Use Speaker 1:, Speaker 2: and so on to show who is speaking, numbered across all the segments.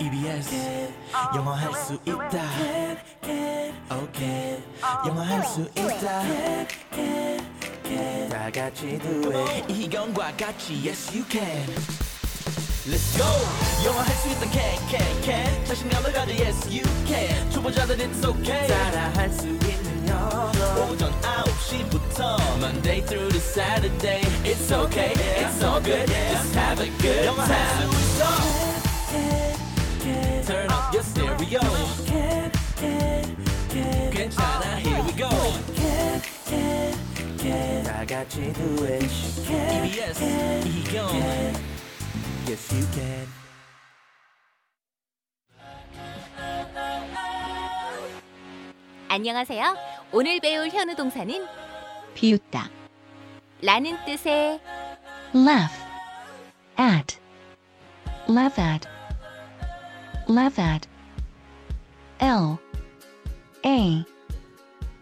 Speaker 1: EBS 영어 할 수 있다 오케이 영어 할 수 있다 다 같이 do it 이희경과 같이 yes you can Let's go 영어 할 수 있다 can can can 자신감을 가져 yes you can 초보자들 it's okay 따라 할 수 있는 영어 오전 9시부터 Monday through to Saturday It's okay it's all good just have a good time 영어 할수 있어 Turn up your stereo. 괜찮아, here we go. 다 같이 do it. EBS, 이경. Yes, you can.
Speaker 2: 안녕하세요. 오늘 배울 현우 동사는
Speaker 3: 비웃다.
Speaker 2: 라는 뜻의
Speaker 3: laugh at laugh at laugh at L A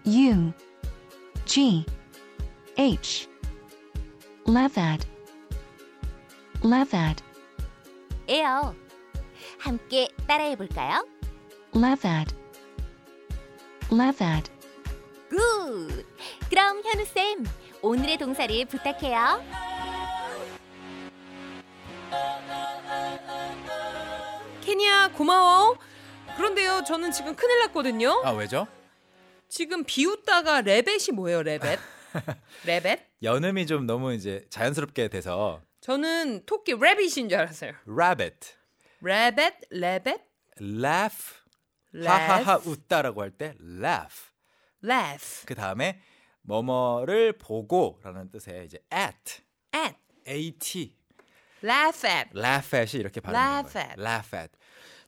Speaker 3: U G H laugh at laugh at
Speaker 2: 에요. 함께 따라해 볼까요?
Speaker 3: laugh at laugh at
Speaker 2: 굿! 그럼 현우쌤, 오늘의 동사를 부탁해요.
Speaker 4: 케냐 고마워. 그런데요, 저는 지금 큰일 났거든요.
Speaker 5: 아 왜죠?
Speaker 4: 지금 비웃다가 레벳이 뭐예요, 레벳? 레벳?
Speaker 5: 연음이 좀 너무 이제 자연스럽게 돼서
Speaker 4: 저는 토끼 레빗인 줄 알았어요.
Speaker 5: rabbit,
Speaker 4: 레벳, 레벳,
Speaker 5: laugh, 하하하
Speaker 4: 레
Speaker 5: 웃다라고 할 때 laugh.
Speaker 4: 레프,
Speaker 5: 그 다음에 뭐뭐를 보고라는 뜻의 이제 at,
Speaker 4: 앳,
Speaker 5: at,
Speaker 4: laugh at.
Speaker 5: laugh at이 이렇게 발음하는
Speaker 4: laugh
Speaker 5: 거예요.
Speaker 4: at.
Speaker 5: laugh at.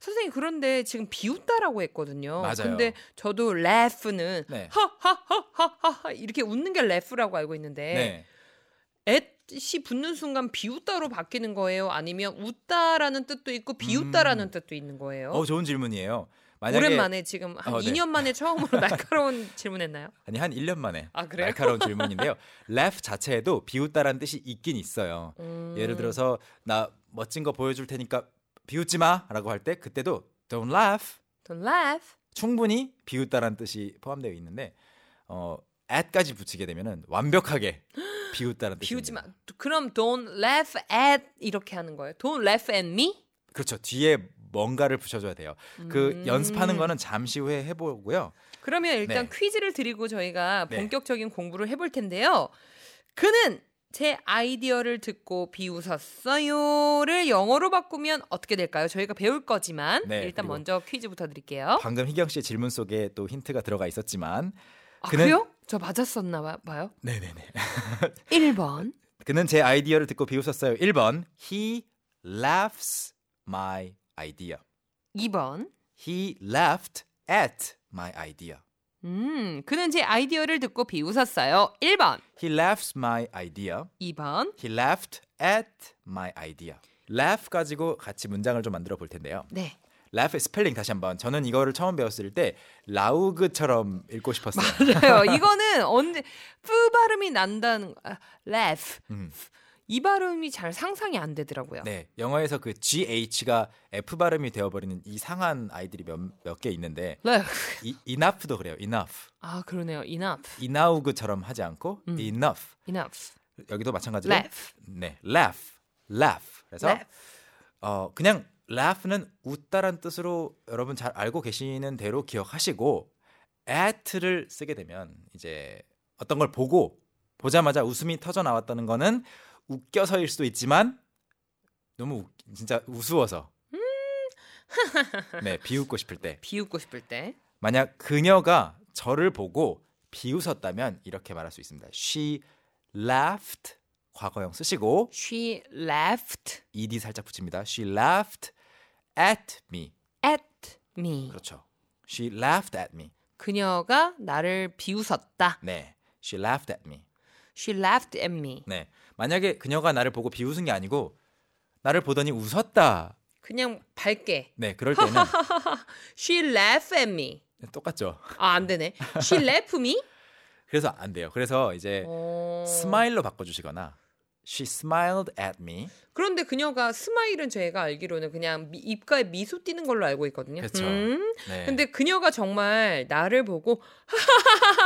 Speaker 4: 선생님 그런데 지금 비웃다라고 했거든요.
Speaker 5: 맞아요.
Speaker 4: 근데 저도 레프는
Speaker 5: 네.
Speaker 4: 하하하하하 이렇게 웃는 게 레프라고 알고 있는데
Speaker 5: 네.
Speaker 4: 앳이 붙는 순간 비웃다로 바뀌는 거예요? 아니면 웃다라는 뜻도 있고 비웃다라는 뜻도 있는 거예요?
Speaker 5: 음. 어 좋은 질문이에요. 만약에
Speaker 4: 오랜만에 지금 한
Speaker 5: 어, 네.
Speaker 4: 2년 만에 처음으로 날카로운 질문했나요?
Speaker 5: 아니 한 1년 만에
Speaker 4: 아, 그래요?
Speaker 5: 날카로운 질문인데요. laugh 자체에도 비웃다라는 뜻이 있긴 있어요.
Speaker 4: 음.
Speaker 5: 예를 들어서 나 멋진 거 보여줄 테니까 비웃지 마라고 할 때 그때도 don't laugh
Speaker 4: Don't laugh.
Speaker 5: 충분히 비웃다라는 뜻이 포함되어 있는데 어 at까지 붙이게 되면은 완벽하게 비웃다라는 뜻이
Speaker 4: 비우지 마. 그럼 don't laugh at 이렇게 하는 거예요. Don't laugh at me.
Speaker 5: 그렇죠. 뒤에 뭔가를 붙여줘야 돼요. 그
Speaker 4: 음.
Speaker 5: 연습하는 거는 잠시 후에 해보고요.
Speaker 4: 그러면 일단
Speaker 5: 네.
Speaker 4: 퀴즈를 드리고 저희가
Speaker 5: 네.
Speaker 4: 본격적인 공부를 해볼 텐데요. 그는 제 아이디어를 듣고 비웃었어요를 영어로 바꾸면 어떻게 될까요? 저희가 배울 거지만
Speaker 5: 네,
Speaker 4: 일단
Speaker 5: 그리고
Speaker 4: 먼저 퀴즈부터 드릴게요.
Speaker 5: 방금 희경 씨의 질문 속에 또 힌트가 들어가 있었지만
Speaker 4: 아,
Speaker 5: 그는-
Speaker 4: 그래요? 저 맞았었나 봐- 봐요.
Speaker 5: 네네네.
Speaker 4: 1번.
Speaker 5: 그는 제 아이디어를 듣고 비웃었어요. 1번 He laughs my idea.
Speaker 4: 2번.
Speaker 5: He laughed at my idea.
Speaker 4: 음, 그는 제 아이디어를 듣고 비웃었어요. 1번.
Speaker 5: He laughs my idea.
Speaker 4: 2번.
Speaker 5: He laughed at my idea. laugh 가지고 같이 문장을 좀 만들어 볼 텐데요.
Speaker 4: 네.
Speaker 5: laugh 스펠링 다시 한번. 저는 이거를 처음 배웠을 때 라우그처럼 읽고 싶었어요.
Speaker 4: 맞아요. 이거는 언제 뿌 발음이 난다는 거- 아, laugh.
Speaker 5: 음.
Speaker 4: 이 발음이 잘 상상이 안 되더라고요.
Speaker 5: 네, 영어에서 그 GH가 F 발음이 되어버리는 이상한 아이들이 몇 개 있는데
Speaker 4: laugh.
Speaker 5: 이, enough도 그래요. enough,
Speaker 4: 아, 그러네요. enough.
Speaker 5: enough처럼 하지 않고
Speaker 4: 음.
Speaker 5: enough.
Speaker 4: enough.
Speaker 5: 여기도 마찬가지로
Speaker 4: laugh.
Speaker 5: 네, laugh, laugh. 그래서
Speaker 4: laugh.
Speaker 5: 어 그냥 laugh는 웃다란 뜻으로 여러분 잘 알고 계시는 대로 기억하시고 at를 쓰게 되면 이제 어떤 걸 보고 보자마자 웃음이 터져 나왔다는 거는 웃겨서일 수도 있지만 너무 웃- 진짜 우스워서
Speaker 4: 음.
Speaker 5: 네 비웃고 싶을 때
Speaker 4: 비웃고 싶을 때
Speaker 5: 만약 그녀가 저를 보고 비웃었다면 이렇게 말할 수 있습니다. She laughed 과거형 쓰시고
Speaker 4: she laughed
Speaker 5: ed 살짝 붙입니다. She laughed at me.
Speaker 4: at me.
Speaker 5: 그렇죠. She laughed at me.
Speaker 4: 그녀가 나를 비웃었다.
Speaker 5: 네. She laughed at me.
Speaker 4: she laughed at me.
Speaker 5: 네. 만약에 그녀가 나를 보고 비웃은 게 아니고 나를 보더니 웃었다.
Speaker 4: 그냥 밝게
Speaker 5: 네. 그럴 때는
Speaker 4: she laughed at me.
Speaker 5: 똑같죠.
Speaker 4: 아, 안 되네. she laughed me.
Speaker 5: 그래서 안 돼요. 그래서 이제
Speaker 4: 어...
Speaker 5: 스마일로 바꿔 주시거나 She smiled at me.
Speaker 4: 그런데 그녀가 스마일은 제가 알기로는 그냥 미- 입가에 미소 띄는 걸로 알고 있거든요.
Speaker 5: 그쵸.
Speaker 4: 음?
Speaker 5: 네.
Speaker 4: 근데 그녀가 정말 나를 보고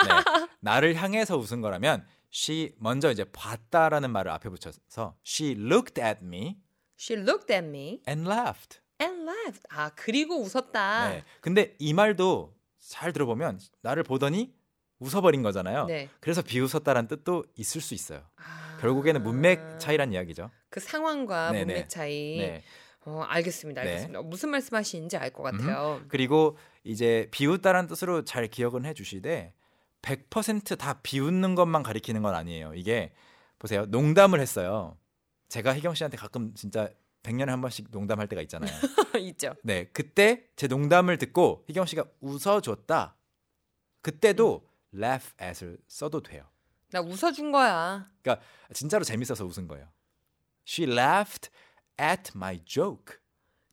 Speaker 5: 네. 나를 향해서 웃은 거라면 she 먼저 이제 봤다라는 말을 앞에 붙여서 she looked at me
Speaker 4: she looked at me
Speaker 5: and laughed.
Speaker 4: and laughed. 아 그리고 웃었다.
Speaker 5: 네. 근데 이 말도 잘 들어보면 나를 보더니 웃어버린 거잖아요.
Speaker 4: 네.
Speaker 5: 그래서 비웃었다라는 뜻도 있을 수 있어요.
Speaker 4: 아,
Speaker 5: 결국에는 문맥 차이란 이야기죠.
Speaker 4: 그 상황과
Speaker 5: 네, 네.
Speaker 4: 문맥 차이.
Speaker 5: 네.
Speaker 4: 어, 알겠습니다.
Speaker 5: 네. 음.
Speaker 4: 알겠습니다. 무슨 말씀하시는지 알 것 같아요.
Speaker 5: 그리고 이제 비웃다라는 뜻으로 잘 기억은 해주시되 100%다 비웃는 것만 가리키는 건 아니에요. 이게 보세요. 농담을 했어요. 제가 혜경 씨한테 가끔 진짜 100년에 한 번씩 농담할 때가 있잖아요.
Speaker 4: 있죠.
Speaker 5: 네, 그때 제 농담을 듣고 희경 씨가 웃어줬다. 그때도 laugh at을 써도 돼요.
Speaker 4: 나 웃어준 거야.
Speaker 5: 그러니까 진짜로 재밌어서 웃은 거예요. She laughed at my joke.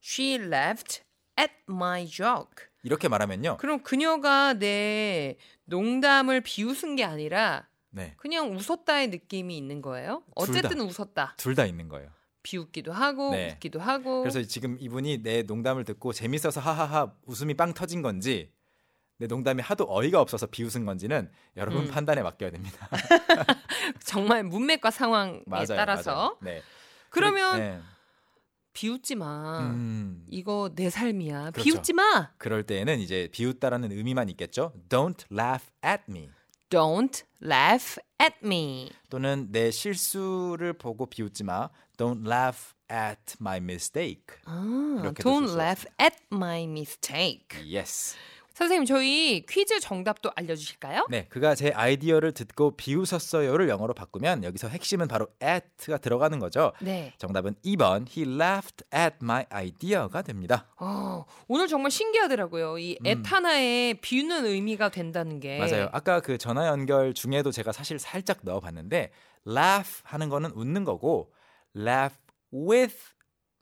Speaker 4: She laughed at my joke.
Speaker 5: 이렇게 말하면요.
Speaker 4: 그럼 그녀가 내 농담을 비웃은 게 아니라
Speaker 5: 네,
Speaker 4: 그냥 웃었다의 느낌이 있는 거예요. 어쨌든 웃었다.
Speaker 5: 둘 다 있는 거예요.
Speaker 4: 비웃기도 하고
Speaker 5: 네.
Speaker 4: 웃기도 하고.
Speaker 5: 그래서 지금 이분이 내 농담을 듣고 재밌어서 하하하 웃음이 빵 터진 건지 내 농담이 하도 어이가 없어서 비웃은 건지는 여러분
Speaker 4: 음.
Speaker 5: 판단에 맡겨야 됩니다.
Speaker 4: 정말 문맥과 상황에
Speaker 5: 맞아요.
Speaker 4: 예, 따라서.
Speaker 5: 맞아요. 네.
Speaker 4: 그러면 어.
Speaker 5: 네.
Speaker 4: 비웃지 마.
Speaker 5: 음,
Speaker 4: 이거 내 삶이야.
Speaker 5: 그렇죠.
Speaker 4: 비웃지 마.
Speaker 5: 그럴 때에는 이제 비웃다라는 의미만 있겠죠. Don't laugh at me.
Speaker 4: Don't laugh at me.
Speaker 5: 또는 내 실수를 보고 비웃지 마. Don't laugh at my mistake.
Speaker 4: 아,
Speaker 5: 이렇게도 쓸
Speaker 4: don't
Speaker 5: 수 음.
Speaker 4: laugh at my mistake.
Speaker 5: Yes.
Speaker 4: 선생님, 저희 퀴즈 정답도 알려주실까요?
Speaker 5: 네, 그가 제 아이디어를 듣고 비웃었어요를 영어로 바꾸면 여기서 핵심은 바로 at가 들어가는 거죠.
Speaker 4: 네.
Speaker 5: 정답은 2번 He laughed at my idea가 됩니다.
Speaker 4: 어, 오늘 정말 신기하더라고요. 이
Speaker 5: 음.
Speaker 4: 에타나에 비웃는 의미가 된다는 게.
Speaker 5: 맞아요. 아까 그 전화 연결 중에도 제가 사실 살짝 넣어봤는데 laugh 하는 거는 웃는 거고 laugh with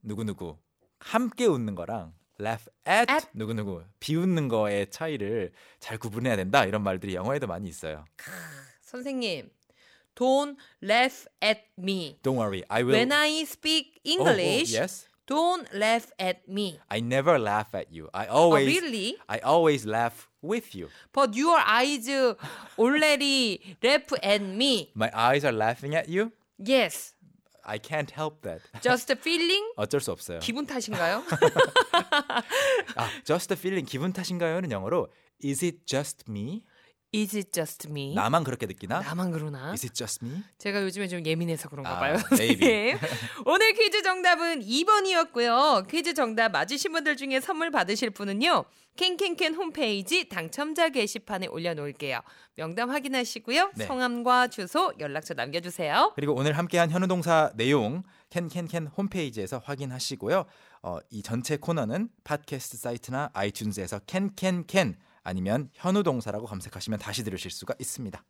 Speaker 5: 누구누구 함께 웃는 거랑 laugh at,
Speaker 4: At.
Speaker 5: 누구누구 비웃는 거의 차이를 잘 구분해야 된다 이런 말들이 영어에도 많이 있어요.
Speaker 4: 선생님, don't laugh at me.
Speaker 5: Don't worry, I will.
Speaker 4: When I speak English,
Speaker 5: Oh, oh, yes,
Speaker 4: don't laugh at me.
Speaker 5: I never laugh at you. I
Speaker 4: Oh,
Speaker 5: always,
Speaker 4: really?
Speaker 5: I always laugh with you.
Speaker 4: But your eyes already laugh at me.
Speaker 5: My eyes are laughing at you.
Speaker 4: Yes.
Speaker 5: I can't help that.
Speaker 4: Just a feeling?
Speaker 5: 어쩔 수 없어요.
Speaker 4: 기분 탓인가요?
Speaker 5: 아, just a feeling 기분 탓인가요는 영어로 is it just me?
Speaker 4: Is it just me?
Speaker 5: 나만 그렇게 느끼나?
Speaker 4: 네. 나만 그러나?
Speaker 5: is it just me?
Speaker 4: 제가 요즘에 좀 예민해서 그런가
Speaker 5: 아,
Speaker 4: 봐요.
Speaker 5: maybe.
Speaker 4: 선생님. 오늘 퀴즈 정답은 2번이었고요. 퀴즈 정답 맞으신 분들 중에 선물 받으실 분은요. 캔캔캔 홈페이지 당첨자 게시판에 올려놓을게요. 명단 확인하시고요.
Speaker 5: 네.
Speaker 4: 성함과 주소 연락처 남겨주세요.
Speaker 5: 그리고 오늘 함께한 현우 동사 내용 캔캔캔 홈페이지에서 확인하시고요. 어, 이 전체 코너는 팟캐스트 사이트나 아이튠즈에서 캔캔캔 아니면 현우 동사라고 검색하시면 다시 들으실 수가 있습니다.